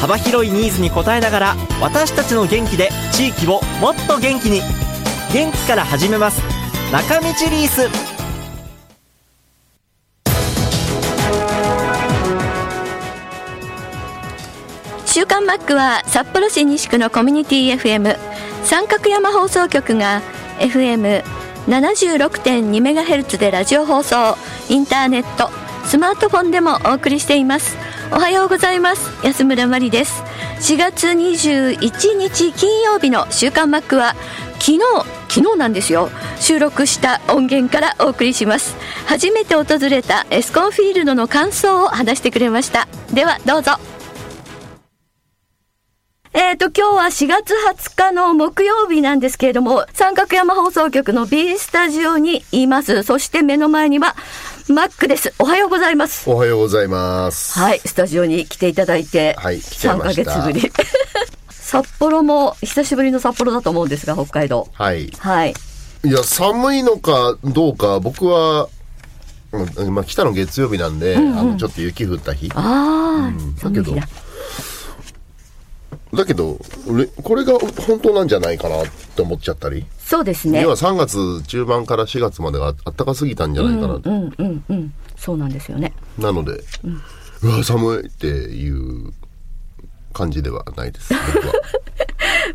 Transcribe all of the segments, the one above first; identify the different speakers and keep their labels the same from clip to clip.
Speaker 1: 幅広いニーズに応えながら私たちの元気で地域をもっと元気に元気から始めます中道リース
Speaker 2: 週刊マックは札幌市西区のコミュニティ FM 三角山放送局が FM76.2MHz でラジオ放送インターネットスマートフォンでもお送りしていますおはようございます安村まりです4月21日金曜日の週刊マックは昨日昨日なんですよ収録した音源からお送りします初めて訪れたエスコンフィールドの感想を話してくれましたではどうぞえー、と、今日は4月20日の木曜日なんですけれども、三角山放送局の B スタジオにいます。そして目の前には、マックです。おはようございます。
Speaker 3: おはようございます。
Speaker 2: はい、スタジオに来ていただいて、
Speaker 3: はい来ちゃい
Speaker 2: 3
Speaker 3: ま
Speaker 2: ヶ
Speaker 3: した
Speaker 2: 月ぶり。 札幌も、久しぶりの札幌だと思うんですが、北海道。
Speaker 3: はい。
Speaker 2: はい。
Speaker 3: いや、寒いのかどうか、僕は、うんまあ、来たの月曜日なんで、あのちょっと雪降った日。
Speaker 2: ああ、
Speaker 3: だ
Speaker 2: そん
Speaker 3: け
Speaker 2: な
Speaker 3: ど
Speaker 2: 日だ。
Speaker 3: だけど、俺これが本当なんじゃないかなって思っちゃったり。
Speaker 2: そうですね
Speaker 3: 要。は3月中盤から4月までがあったかすぎたんじゃないかなって。
Speaker 2: うんうんうん。そうなんですよね。
Speaker 3: なので、うわ、寒いっていう感じではないです。 僕は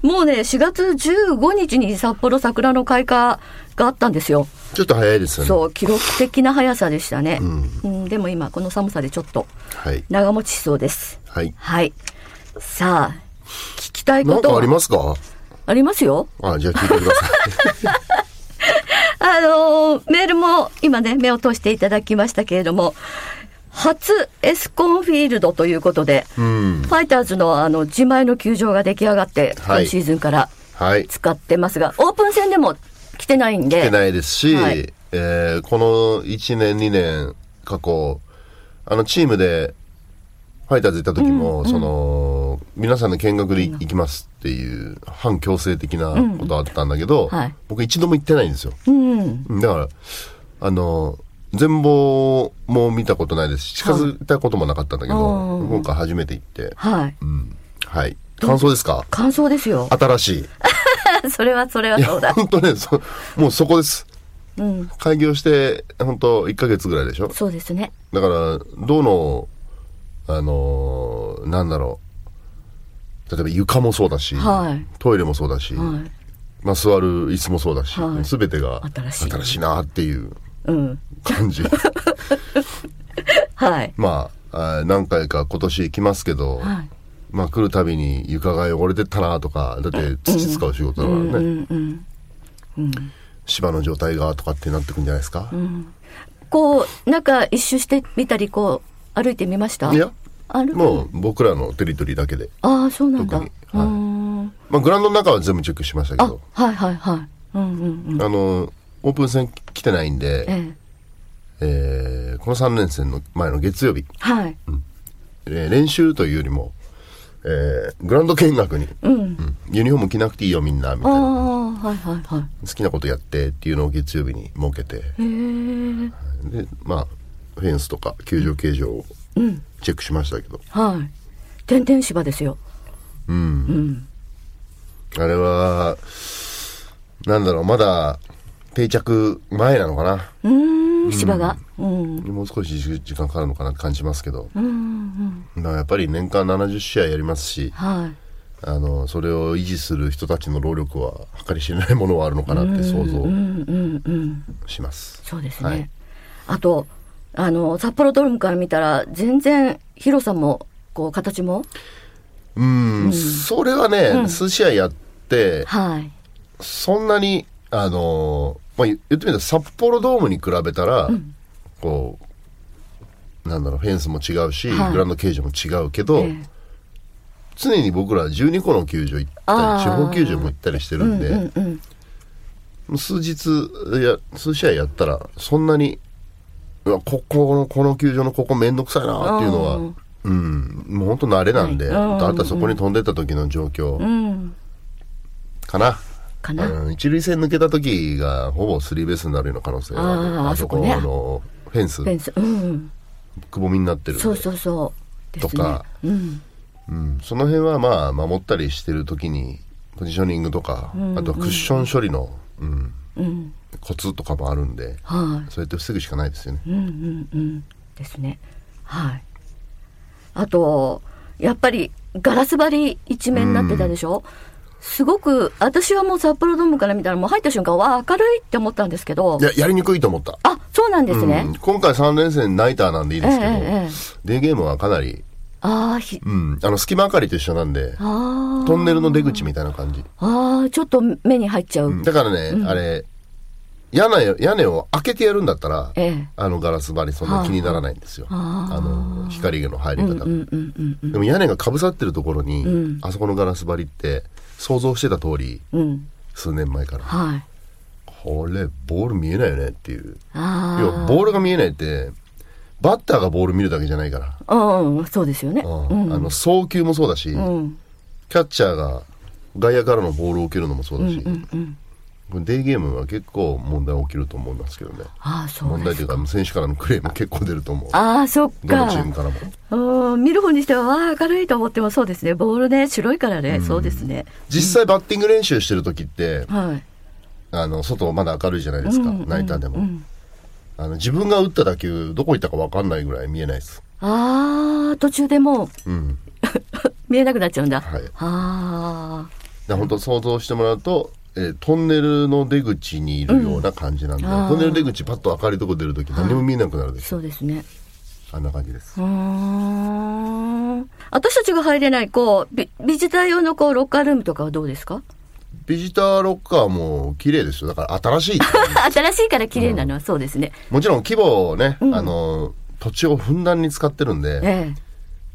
Speaker 2: もうね、4月15日に札幌桜の開花があったんですよ。
Speaker 3: ちょっと早いですよね。
Speaker 2: そう、記録的な速さでしたね。うん、でも今、この寒さでちょっと
Speaker 3: はい。
Speaker 2: 長持ちしそうです。
Speaker 3: はい。
Speaker 2: はい。さあ、聞きたい
Speaker 3: な
Speaker 2: こ
Speaker 3: ん
Speaker 2: と
Speaker 3: か
Speaker 2: は
Speaker 3: ありますか
Speaker 2: ありますよ。
Speaker 3: あ、じゃあ聞いてください。
Speaker 2: あのーメールも今ね、目を通していただきましたけれども、初エスコンフィールドということで、
Speaker 3: うん。
Speaker 2: ファイターズのあの自前の球場が出来上がって、
Speaker 3: はい
Speaker 2: 今シーズンから
Speaker 3: はい。
Speaker 2: 使ってますが、オープン戦でも来てないん
Speaker 3: って
Speaker 2: で、
Speaker 3: ないですし、
Speaker 2: はい
Speaker 3: えーこの1年2年過去あのチームでファイターズ行った時も、その皆さんの見学で行きますっていう反強制的なことあったんだけど、
Speaker 2: はい
Speaker 3: 僕一度も行ってないんですよ
Speaker 2: うん、
Speaker 3: だからあの全貌も見たことないですし近づいたこともなかったんだけど、
Speaker 2: はい
Speaker 3: 今回初めて行って、
Speaker 2: はい。
Speaker 3: うん、はい感想ですか
Speaker 2: 感想ですよ。
Speaker 3: 新しい
Speaker 2: それはそれはい
Speaker 3: や
Speaker 2: そうだ。
Speaker 3: 本当ねそもうそこです
Speaker 2: うん、
Speaker 3: 開業して本当1ヶ月ぐらいでしょ
Speaker 2: そうですね。
Speaker 3: だからどのあのーなんだろう例えば床もそうだし、
Speaker 2: はい
Speaker 3: トイレもそうだし、
Speaker 2: はい。
Speaker 3: まあ、座る椅子もそうだし、
Speaker 2: はい
Speaker 3: 全てが
Speaker 2: 新しい
Speaker 3: なっていう
Speaker 2: うん。
Speaker 3: 感 じ
Speaker 2: はい。
Speaker 3: まああー何回か今年行きますけど、
Speaker 2: はい。
Speaker 3: まあ来るたびに床が汚れてったなとかだって土使う仕事だからね、
Speaker 2: うんうん。
Speaker 3: 芝の状態がとかってなってくんじゃないですか、
Speaker 2: こう、なんか一周してみたり、こう、歩いてみました
Speaker 3: いや
Speaker 2: 歩く
Speaker 3: もう僕らのテリトリーだけで、
Speaker 2: ああ、そうなんだ。
Speaker 3: 特に
Speaker 2: うー
Speaker 3: はい
Speaker 2: ん。
Speaker 3: まあ、グラウンドの中は全部チェックしましたけ
Speaker 2: あ
Speaker 3: ど、
Speaker 2: はいはいはい。うんうんうん。
Speaker 3: あの、オープン戦来てないんで、え
Speaker 2: え
Speaker 3: ー
Speaker 2: え。
Speaker 3: この3連戦の前の月曜日、
Speaker 2: はい。
Speaker 3: えー練習というよりも、えーグラウンド見学に、うんユニフォーム着なくていいよみんな、みた
Speaker 2: あ
Speaker 3: い
Speaker 2: あ
Speaker 3: な。、
Speaker 2: はいはいは
Speaker 3: 好きなことやってっていうのを月曜日に設けて、
Speaker 2: い。へえ。
Speaker 3: で、まあ、フェンスとか球場形状をチェックしましたけど、
Speaker 2: はい。天々芝ですよ。
Speaker 3: あれは、なんだろう、まだ定着前なのかな。
Speaker 2: うーん、芝が。うん。
Speaker 3: もう少し時間かかるのかなって感じますけど、だからやっぱり年間70試合やりますし、
Speaker 2: はい。
Speaker 3: あのそれを維持する人たちの労力は計り知れないものはあるのかなって想像します。
Speaker 2: そうですね。
Speaker 3: はい
Speaker 2: あと、あの、札幌ドームから見たら、全然広さも、こう、形も。
Speaker 3: うん、それはね、数試合やって、
Speaker 2: はい。
Speaker 3: そんなにあのまあ言言ってみたら札幌ドームに比べたら、こうなんだろうフェンスも違うし、
Speaker 2: はい
Speaker 3: グラウンド形状も違うけど、
Speaker 2: ええ
Speaker 3: 常に僕ら12個の球場行ったり、
Speaker 2: あー
Speaker 3: 地方球場も行ったりしてるんで、
Speaker 2: うんうん
Speaker 3: もう数日や、数試合やったら、そんなに、うわ、ここの、この球場のここめんどくさいなっていうのは、
Speaker 2: う
Speaker 3: うん、もう本当慣れなんで、
Speaker 2: はいうん
Speaker 3: あとはそこに飛んでった時の状況
Speaker 2: うんうん
Speaker 3: かな。う
Speaker 2: かな、
Speaker 3: ん、一塁線抜けた時が、ほぼスリーベースになるような可能性がある。
Speaker 2: あー
Speaker 3: あそこ
Speaker 2: あそこね
Speaker 3: の、フェンス
Speaker 2: フ、ェンスうん
Speaker 3: くぼみになってるんで
Speaker 2: そうそうそうですね
Speaker 3: とか
Speaker 2: うん
Speaker 3: うん、その辺はまあ守ったりしてる時にポジショニングとか、あとはクッション処理の、うん、
Speaker 2: うん
Speaker 3: コツとかもあるんで
Speaker 2: はい
Speaker 3: そうやって防ぐしかないですよね
Speaker 2: うんうんうんですねはいあとやっぱりガラス張り一面になってたでしょ、すごく私はもう札幌ドームから見たらもう入った瞬間わあ明るいって思ったんですけど
Speaker 3: いややりにくいと思った、
Speaker 2: あそうなんですね、
Speaker 3: うん、今回3連戦ナイターなんでいいですけど、
Speaker 2: ええええ
Speaker 3: デーゲームはかなり、
Speaker 2: ああひ
Speaker 3: うん、あの隙間明かりと一緒なんで
Speaker 2: あ
Speaker 3: トンネルの出口みたいな感じ、
Speaker 2: ああちょっと目に入っちゃう、
Speaker 3: だからね、あれ屋根屋根を開けてやるんだったら、
Speaker 2: ええ
Speaker 3: あのガラス張りそんな気にならないんですよ、
Speaker 2: あー
Speaker 3: あの光の入り方が、
Speaker 2: うんうんうん
Speaker 3: でも屋根がかぶさってるところに、
Speaker 2: うん
Speaker 3: あそこのガラス張りって想像してた通り
Speaker 2: うん
Speaker 3: 数年前から
Speaker 2: はい
Speaker 3: これボール見えないよねっていう
Speaker 2: あ
Speaker 3: 要はボールが見えないってバッターがボール見るだけじゃないから、
Speaker 2: あうんうんそうですよね
Speaker 3: うん
Speaker 2: うん
Speaker 3: あの送球もそうだし、
Speaker 2: うん
Speaker 3: キャッチャーが外野からのボールを受けるのもそうだし、
Speaker 2: うん
Speaker 3: これデーゲームは結構問題起きると思いますけどね
Speaker 2: ああそう
Speaker 3: 問
Speaker 2: で
Speaker 3: 題
Speaker 2: す
Speaker 3: というか選手からのクレーム結構出ると思う
Speaker 2: ああそっか
Speaker 3: どのチームからも
Speaker 2: うん、見る方にしては、わあ、明るいと思ってもそうですね。ボールね、白いからね、そうですね。
Speaker 3: 実際バッティング練習してる時って
Speaker 2: はい。
Speaker 3: あの外まだ明るいじゃないですか、ナイターでも、あの自分が打った打球どこ行ったか分かんないぐらい見えないです
Speaker 2: ああ、途中でもう、
Speaker 3: うん
Speaker 2: 見えなくなっちゃうんだ。
Speaker 3: はい
Speaker 2: あ
Speaker 3: だ本当想像してもらうと、えートンネルの出口にいるような感じなんで、
Speaker 2: あー
Speaker 3: トンネル出口パッと明るいとこ出る時何も見えなくなるで
Speaker 2: あ、
Speaker 3: しょ、
Speaker 2: そうですね。
Speaker 3: あんな感じです
Speaker 2: うーん。私たちが入れない、こう、ビビジター用のこう、ロッカールームとかはどうですか
Speaker 3: ビジターロッカーも綺麗ですよだから新しい
Speaker 2: 新しいから綺麗なのはそうですね。
Speaker 3: もちろん規模をね、あの土地をふんだんに使ってるんで、
Speaker 2: ええ。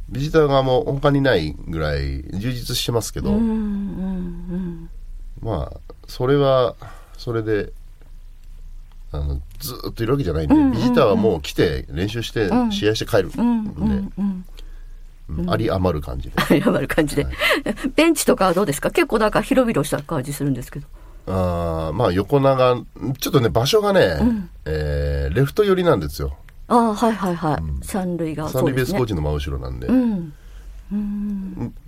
Speaker 3: ビジター側も他にないぐらい充実してますけど、
Speaker 2: うん、うん、
Speaker 3: まあそれはそれであのずーっといるわけじゃないんで、ビジターはもう来て練習して試合して帰るんで、
Speaker 2: うん。うん、うん。
Speaker 3: うんあり余る感じで、
Speaker 2: 謝る感じで。ベンチとかはどうですか結構なんか広々した感じするんですけど。
Speaker 3: あーまあ横長ちょっとね場所がね、えーレフト寄りなんですよ
Speaker 2: ああ、はいはいはい。三塁側。
Speaker 3: サン
Speaker 2: そう
Speaker 3: リベ
Speaker 2: で
Speaker 3: ース
Speaker 2: す
Speaker 3: コー
Speaker 2: ね。
Speaker 3: チの真後ろなんで、
Speaker 2: うん。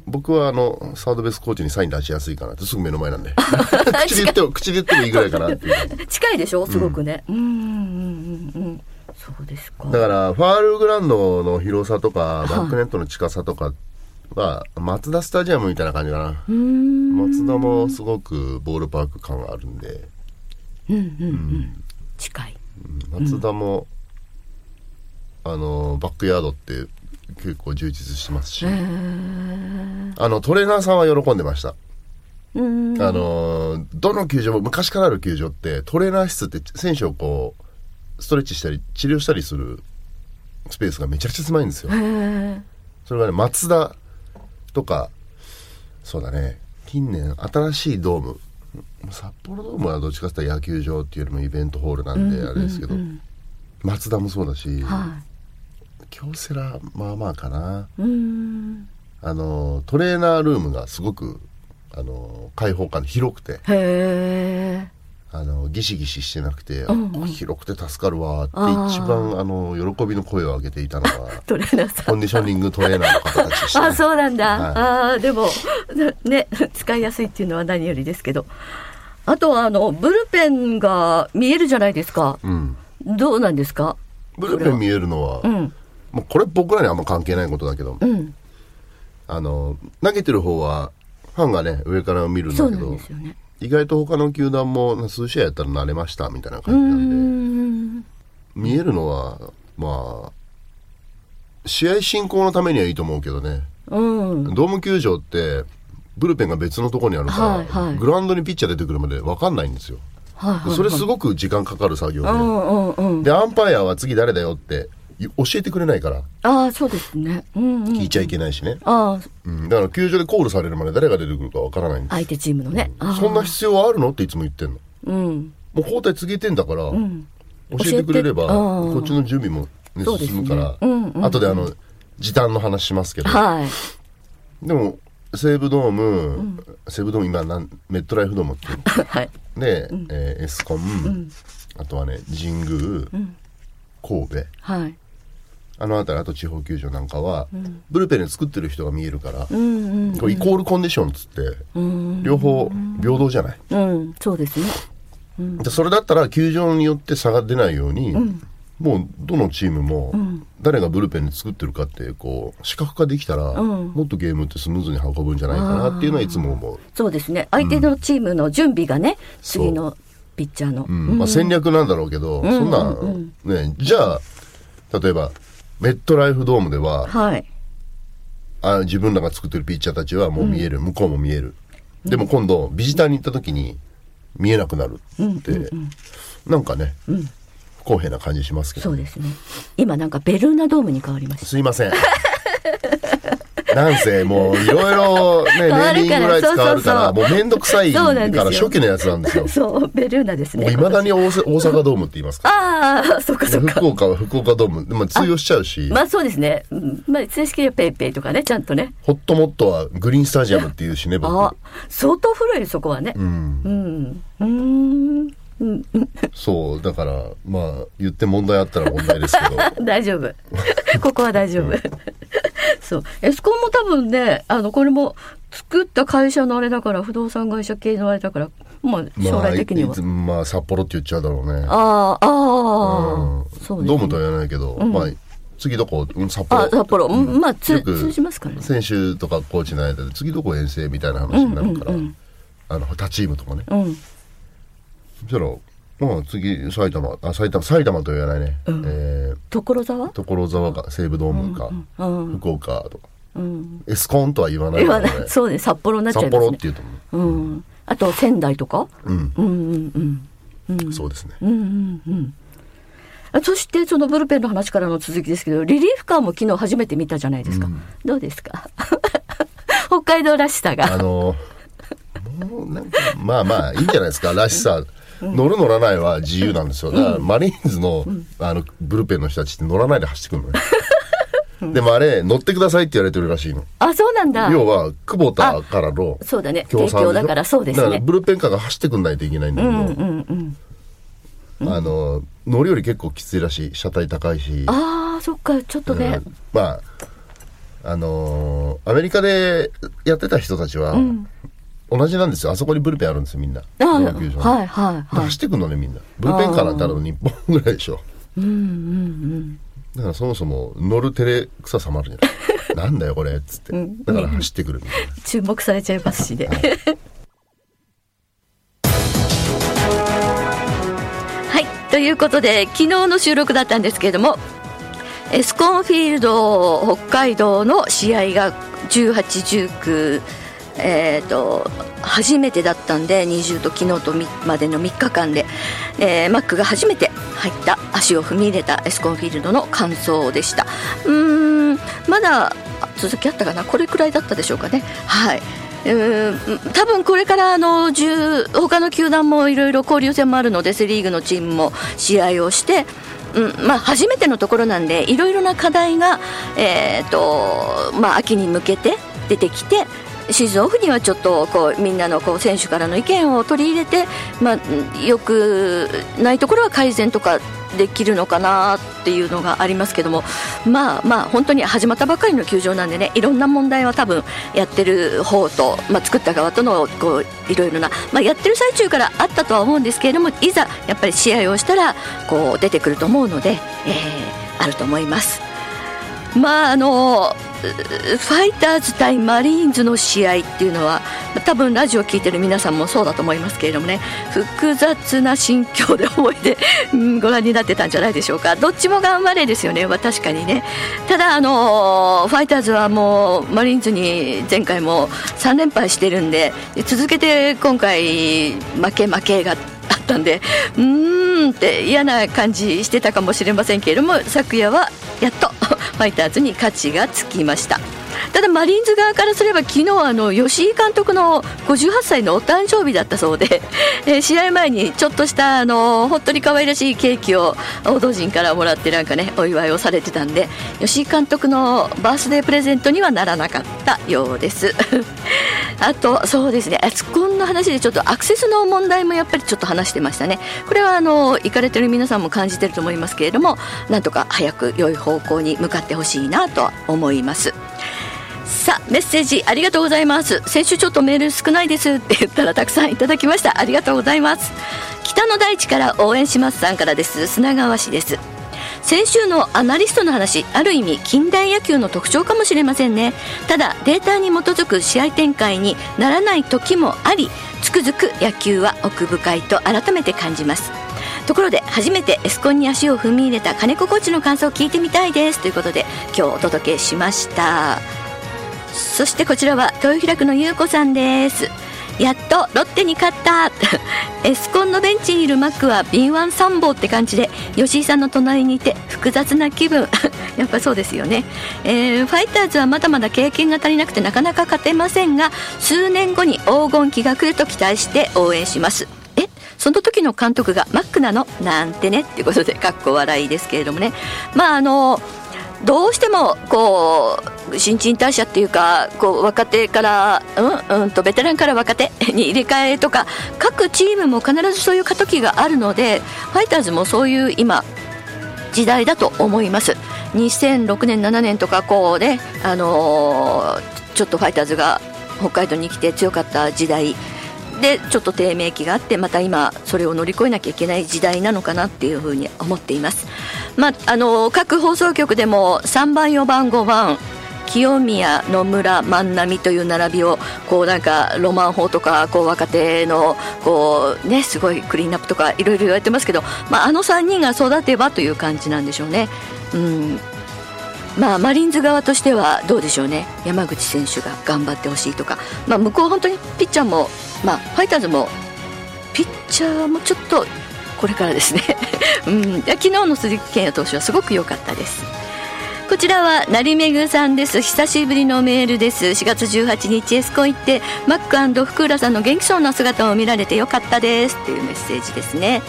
Speaker 3: 僕はあのサードベースコーチにサイン出しやすいかなってすぐ目の前 なんで口で言っても口で言ってもいいぐらいかなっていう感じ
Speaker 2: 近いでしょすごくね。うん、うん、うん、うん。そうですか。
Speaker 3: だから、ファールグラウンドの広さとか、バックネットの近さとかは、マツダスタジアムみたいな感じかな。マツダもすごくボールパーク感があるんで、
Speaker 2: 近い。
Speaker 3: マツダも、あの、バックヤードって結構充実してますし、あの、トレーナーさんは喜んでました。
Speaker 2: うん。
Speaker 3: あの、どの球場も、昔からある球場って、トレーナー室って選手をこう、ストレッチしたり、治療したりするスペースがめちゃくちゃ狭いんですよ。
Speaker 2: へえ。
Speaker 3: それがね、松田とか、そうだね、近年新しいドーム。札幌ドームはどっちかっていうと野球場っていうよりもイベントホールなんであれですけど、松田もそうだし、
Speaker 2: は
Speaker 3: 京セラまあまあかな。
Speaker 2: い。うん。
Speaker 3: あの、トレーナールームがすごく、あの、開放感で広くて、
Speaker 2: へえ。、
Speaker 3: あの、ギシギシしてなくて、あ広くて助かるわって一番、あの、喜びの声を上げていたのは
Speaker 2: トレーナーさ
Speaker 3: コ
Speaker 2: ん。
Speaker 3: ンディショニングトレーナーの方たちでしたね、
Speaker 2: あ、そうなんだ。
Speaker 3: はい
Speaker 2: ああ、でも、ね、 使いやすいっていうのは何よりですけど。あとは、あの、ブルペンが見えるじゃないですか。
Speaker 3: うん。
Speaker 2: どうなんですか
Speaker 3: ブルペン見えるのは、
Speaker 2: ん
Speaker 3: もうこれ僕らにはあんま関係ないことだけど、
Speaker 2: うん。
Speaker 3: あの投げてる方はファンがね上から見るん
Speaker 2: そう
Speaker 3: だけ
Speaker 2: なん
Speaker 3: ど
Speaker 2: ですよね。
Speaker 3: 意外と他の球団も数試合やったら慣れましたみたいな感
Speaker 2: う
Speaker 3: じなんで
Speaker 2: ん。
Speaker 3: 見えるのはまあ試合進行のためにはいいと思うけどね、
Speaker 2: うん。
Speaker 3: ドーム球場ってブルペンが別のところにあるから、
Speaker 2: はいはい
Speaker 3: グラウンドにピッチャー出てくるまで分かんないんですよ、
Speaker 2: はいはい。
Speaker 3: それすごく時間かかる作業で、
Speaker 2: うんうんうん。
Speaker 3: でアンパイアは次誰だよってい教えてくれないから、
Speaker 2: ああ、そうですね。うんうん。
Speaker 3: 聞いちゃいけないしね。
Speaker 2: ああ、
Speaker 3: うん。だから球場でコールされるまで誰が出てくるかわからないんで
Speaker 2: 相手チームのね。ああ
Speaker 3: す。そんな必要はあるのっていつも言ってんの。も
Speaker 2: うん。
Speaker 3: う交代告げてんだから、
Speaker 2: うん。
Speaker 3: 教えてくれれば、
Speaker 2: 教えてうん
Speaker 3: こっちの準備も、ね
Speaker 2: そうですね
Speaker 3: 進むから、
Speaker 2: うんうんうん
Speaker 3: 後であの、時短の話しますけど、
Speaker 2: はい。
Speaker 3: でも、西武ドーム、西武ドーム今なん、メットライフドームっていうの
Speaker 2: はい。
Speaker 3: で、えーエスコン、あとはね神宮、神戸
Speaker 2: はい。
Speaker 3: あの辺りあと地方球場なんかは、ブルペンで作ってる人が見えるから、
Speaker 2: うん
Speaker 3: これイコールコンディションっつって、
Speaker 2: うん。
Speaker 3: 両方平等じゃない、
Speaker 2: うん。うん。そうですね。
Speaker 3: でそれだったら球場によって差が出ないように、もうどのチームも誰がブルペンで作ってるかってこう視覚化できたら、もっとゲームってスムーズに運ぶんじゃないかなっていうのはいつも思う、
Speaker 2: そうですね。相手のチームの準備がね、次のピッチャーの。う
Speaker 3: うんまあ、戦略なんだろうけど、そんな、ねじゃあ例えばメットライフドームでは
Speaker 2: はい。
Speaker 3: あ自分らが作ってるピッチャーたちはもう見える、向こうも見えるでも今度ビジターに行った時に見えなくなるって、なんかね、不公平な感じしますけ
Speaker 2: そ
Speaker 3: ど
Speaker 2: う
Speaker 3: ね、
Speaker 2: ですね。今なんかベルーナドームに変わりました。
Speaker 3: すいませんなんせもういろいろ ねネ
Speaker 2: 変わ
Speaker 3: ーミン
Speaker 2: る
Speaker 3: グ
Speaker 2: から
Speaker 3: ライツ変わるから
Speaker 2: そうそう
Speaker 3: もうめんどくさい
Speaker 2: そ
Speaker 3: か
Speaker 2: うな
Speaker 3: ら
Speaker 2: んですよ
Speaker 3: 初期のやつなんですよ
Speaker 2: そう、ベルーナですね。
Speaker 3: いまだに大阪大阪ドームって言いますから
Speaker 2: ああ、そっかそっか。
Speaker 3: 福岡は福岡ドーム、まあ、通用しちゃうし、
Speaker 2: まあそうですね。うんまあ正式にはペイペイとかね、ちゃんとね。
Speaker 3: ホットモットはグリーンスタジアムっていうしね、
Speaker 2: あ
Speaker 3: 僕。
Speaker 2: 相当古いそこはね。
Speaker 3: うん、
Speaker 2: うん。うーん。
Speaker 3: そう、だから、まあ、言って問題あったら問題です けど、
Speaker 2: 大丈夫。ここは大丈夫。そう。エスコンも多分ね、あの、これも作った会社のあれだから、不動産会社系のあれだから、まあ将
Speaker 3: まあ、
Speaker 2: 来
Speaker 3: い
Speaker 2: 的には。
Speaker 3: いつまあ、札幌って言っちゃうだろうね。
Speaker 2: ああ、ああ、
Speaker 3: うん
Speaker 2: そう
Speaker 3: ドー
Speaker 2: です
Speaker 3: ム
Speaker 2: ね。
Speaker 3: とは言わないけど、まあ、次どこ、うん札幌。
Speaker 2: あ、札幌。うんまあ、
Speaker 3: よ
Speaker 2: つ
Speaker 3: く
Speaker 2: 通じますからね。
Speaker 3: 選手とかコーチの間で、次どこ遠征みたいな話になるから、あの、他チームとかね。
Speaker 2: うん。
Speaker 3: そしたら、まあ、次、埼玉、あ、埼玉、埼玉とは言わないね。えー
Speaker 2: 所沢
Speaker 3: 所沢か、西武ドームか、
Speaker 2: うん。
Speaker 3: 福岡とか。
Speaker 2: うん。
Speaker 3: エスコンとは言わないか
Speaker 2: 今
Speaker 3: ら
Speaker 2: ね
Speaker 3: ね、
Speaker 2: そうね、札幌になっちゃい
Speaker 3: 札
Speaker 2: ま
Speaker 3: 幌
Speaker 2: す
Speaker 3: って
Speaker 2: ね。
Speaker 3: 言うと思
Speaker 2: うん。あと、仙台とか
Speaker 3: う。うん。
Speaker 2: うんうんうん。
Speaker 3: そうですね。
Speaker 2: あそして、そのブルペンの話からの続きですけど、リリーフカーも昨日初めて見たじゃないですか。どうですか 北海道らしさ
Speaker 3: あ
Speaker 2: が。
Speaker 3: のー、もうなんか、まあまあ、いいんじゃないですか、らしさ。乗る乗らないは自由なんですよ。だから、マリーンズの、あの、ブルペンの人たちって乗らないで走ってくるのね。でもあれ、乗ってくださいって言われてるらしいの。
Speaker 2: あ、そうなんだ。
Speaker 3: 要は、久保田からの、
Speaker 2: そうだね。
Speaker 3: 協賛
Speaker 2: 提
Speaker 3: でしょ
Speaker 2: 供だから、そうで
Speaker 3: だ
Speaker 2: す
Speaker 3: から
Speaker 2: ね。
Speaker 3: ブルペンカーが走ってくんないといけないんだけど、あのー、乗るより結構きついらしい。車体高いし。
Speaker 2: ああ、そっか、ちょっとね。
Speaker 3: まああのーアメリカでやってた人たちは、同じなんですよあそこにブルペンあるんですよみんな
Speaker 2: ああ、
Speaker 3: 日本球場に
Speaker 2: はいはいはい
Speaker 3: 走。ってくんのねみんなブルペンカーなんてあるの日本ぐらいでしょだからそもそも乗る照れくささもあるじゃないなんだよこれっつってだから走ってくるみたいな
Speaker 2: 注目されちゃいますしね。はい、ということで昨日の収録だったんですけれどもエスコンフィールド北海道の試合が18、19、えー、と初めてだったんで20と昨日とみまでの3日間で、えーマックが初めて入った足を踏み入れたエスコンフィールドの感想でしたうーんまだあ続きあったかなこれくらいだったでしょうかねはい。うーん多分これからあの10他の球団もいろいろ交流戦もあるのでセ・リーグのチームも試合をして、うんまあ、初めてのところなんでいろいろな課題が、えーとまあ、秋に向けて出てきてシーズンオフにはちょっとこうみんなのこう選手からの意見を取り入れて、まあうん、よくないところは改善とかできるのかなっていうのがありますけどもまあまあ本当に始まったばかりの球場なんでねいろんな問題は多分やってる方と、まあ、作った側とのこういろいろな、まあ、やってる最中からあったとは思うんですけれどもいざやっぱり試合をしたらこう出てくると思うので、えーあると思います。まああのファイターズ対マリーンズの試合っていうのは多分ラジオ聞いてる皆さんもそうだと思いますけれどもね複雑な心境で覚えて、うんご覧になってたんじゃないでしょうかどっちも頑張れですよね、まあ確かにねただ、あのーファイターズはもうマリーンズに前回も3連敗してるんで続けて今回負け負けがあったんでうーんって嫌な感じしてたかもしれませんけれども昨夜はやっとファイターズに勝ちがつきましたただマリーンズ側からすれば昨日あの吉井監督の58歳のお誕生日だったそうで、えー試合前にちょっとしたあの本当に可愛らしいケーキを報道陣からもらってなんかねお祝いをされてたんで吉井監督のバースデープレゼントにはならなかったようです あとそうですねあツッコンの話でちょっとアクセスの問題もやっぱりちょっと話してましたねこれはあの行かれてる皆さんも感じてると思いますけれどもなんとか早く良い方向に向かってほしいなとは思いますさあメッセージありがとうございます先週ちょっとメール少ないですって言ったらたくさんいただきましたありがとうございます北の大地から応援しますさんからです砂川市です先週のアナリストの話ある意味近代野球の特徴かもしれませんねただデータに基づく試合展開にならない時もありつくづく野球は奥深いと改めて感じますところで初めてエスコンに足を踏み入れた金子コーチの感想を聞いてみたいですということで今日お届けしましたそしてこちらは豊平区の優子さんです。やっとロッテに勝った エスコンのベンチにいるマックは敏腕参謀って感じで吉井さんの隣にいて複雑な気分 やっぱそうですよね、えーファイターズはまだまだ経験が足りなくてなかなか勝てませんが数年後に黄金期が来ると期待して応援しますえその時の監督がマックなのなんてねっていうことでかっこ笑いですけれどもねまああのどうしてもこう新陳代謝っていうかこう若手から、うん、うんとベテランから若手に入れ替えとか各チームも必ずそういう過渡期があるのでファイターズもそういう今時代だと思います2006年7年とかこうね、あのーちょっとファイターズが北海道に来て強かった時代でちょっと低迷期があってまた今それを乗り越えなきゃいけない時代なのかなっていうふうに思っています、まあ、あの各放送局でも3番4番5番清宮野村万波という並びをこうなんかロマン法とかこう若手のこうねすごいクリーンアップとかいろいろ言われてますけど、まあ、あの3人が育てばという感じなんでしょうね。うんまあ、マリーンズ側としてはどうでしょうね山口選手が頑張ってほしいとか、まあ、向こう本当にピッチャーも、まあ、ファイターズもピッチャーもちょっとこれからですね、 うん、いや昨日の鈴木健也投手はすごく良かったです。こちらはなりめぐさんです久しぶりのメールです4月18日エスコン行ってマック福浦さんの元気そうな姿を見られてよかったですっていうメッセージですね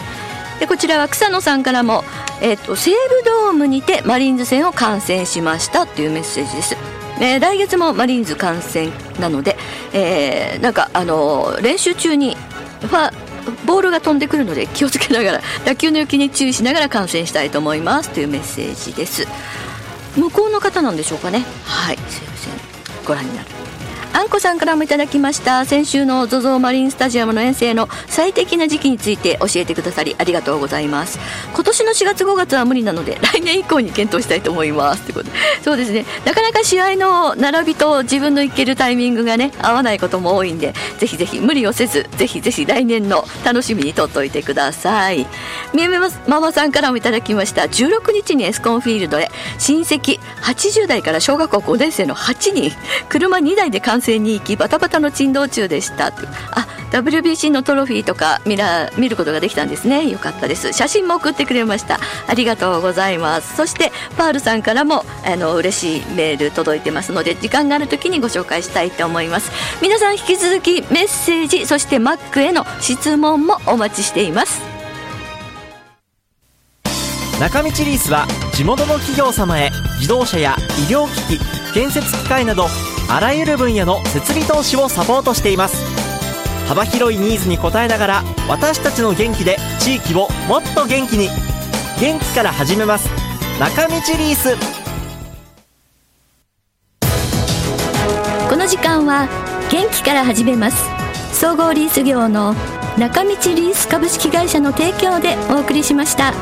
Speaker 2: でこちらは草野さんからも、えっと西武ドームにてマリーンズ戦を観戦しましたというメッセージです、えー来月もマリーンズ観戦なので、えーなんかあのー練習中にファボールが飛んでくるので気をつけながら打球の行きに注意しながら観戦したいと思いますというメッセージです向こうの方なんでしょうかねはい西武戦ご覧になるあんこさんからもいただきました先週の ZOZO マリンスタジアムの遠征の最適な時期について教えてくださりありがとうございます今年の4月5月は無理なので来年以降に検討したいと思いますということでそうですねなかなか試合の並びと自分の行けるタイミングがね合わないことも多いんでぜひぜひ無理をせずぜひぜひ来年の楽しみにとっておいてくださいみゆめママさんからもいただきました16日にエスコンフィールドへ親戚80代から小学校5年生の8人車2台で観戦に行きバタバタの珍道中でしたとあ WBC のトロフィーとか見ら見ることができたんですねよかったです写真も送ってくれましたありがとうございますそしてパールさんからもあの嬉しいメール届いてますので時間がある時にご紹介したいと思います皆さん引き続きメッセージそしてマックへの質問もお待ちしています
Speaker 1: 中道リースは地元の企業様へ自動車や医療機器建設機械などあらゆる分野の設備投資をサポートしています幅広いニーズに応えながら私たちの元気で地域をもっと元気に元気から始めます中道リース
Speaker 2: この時間は元気から始めます総合リース業の中道リース株式会社の提供でお送りしました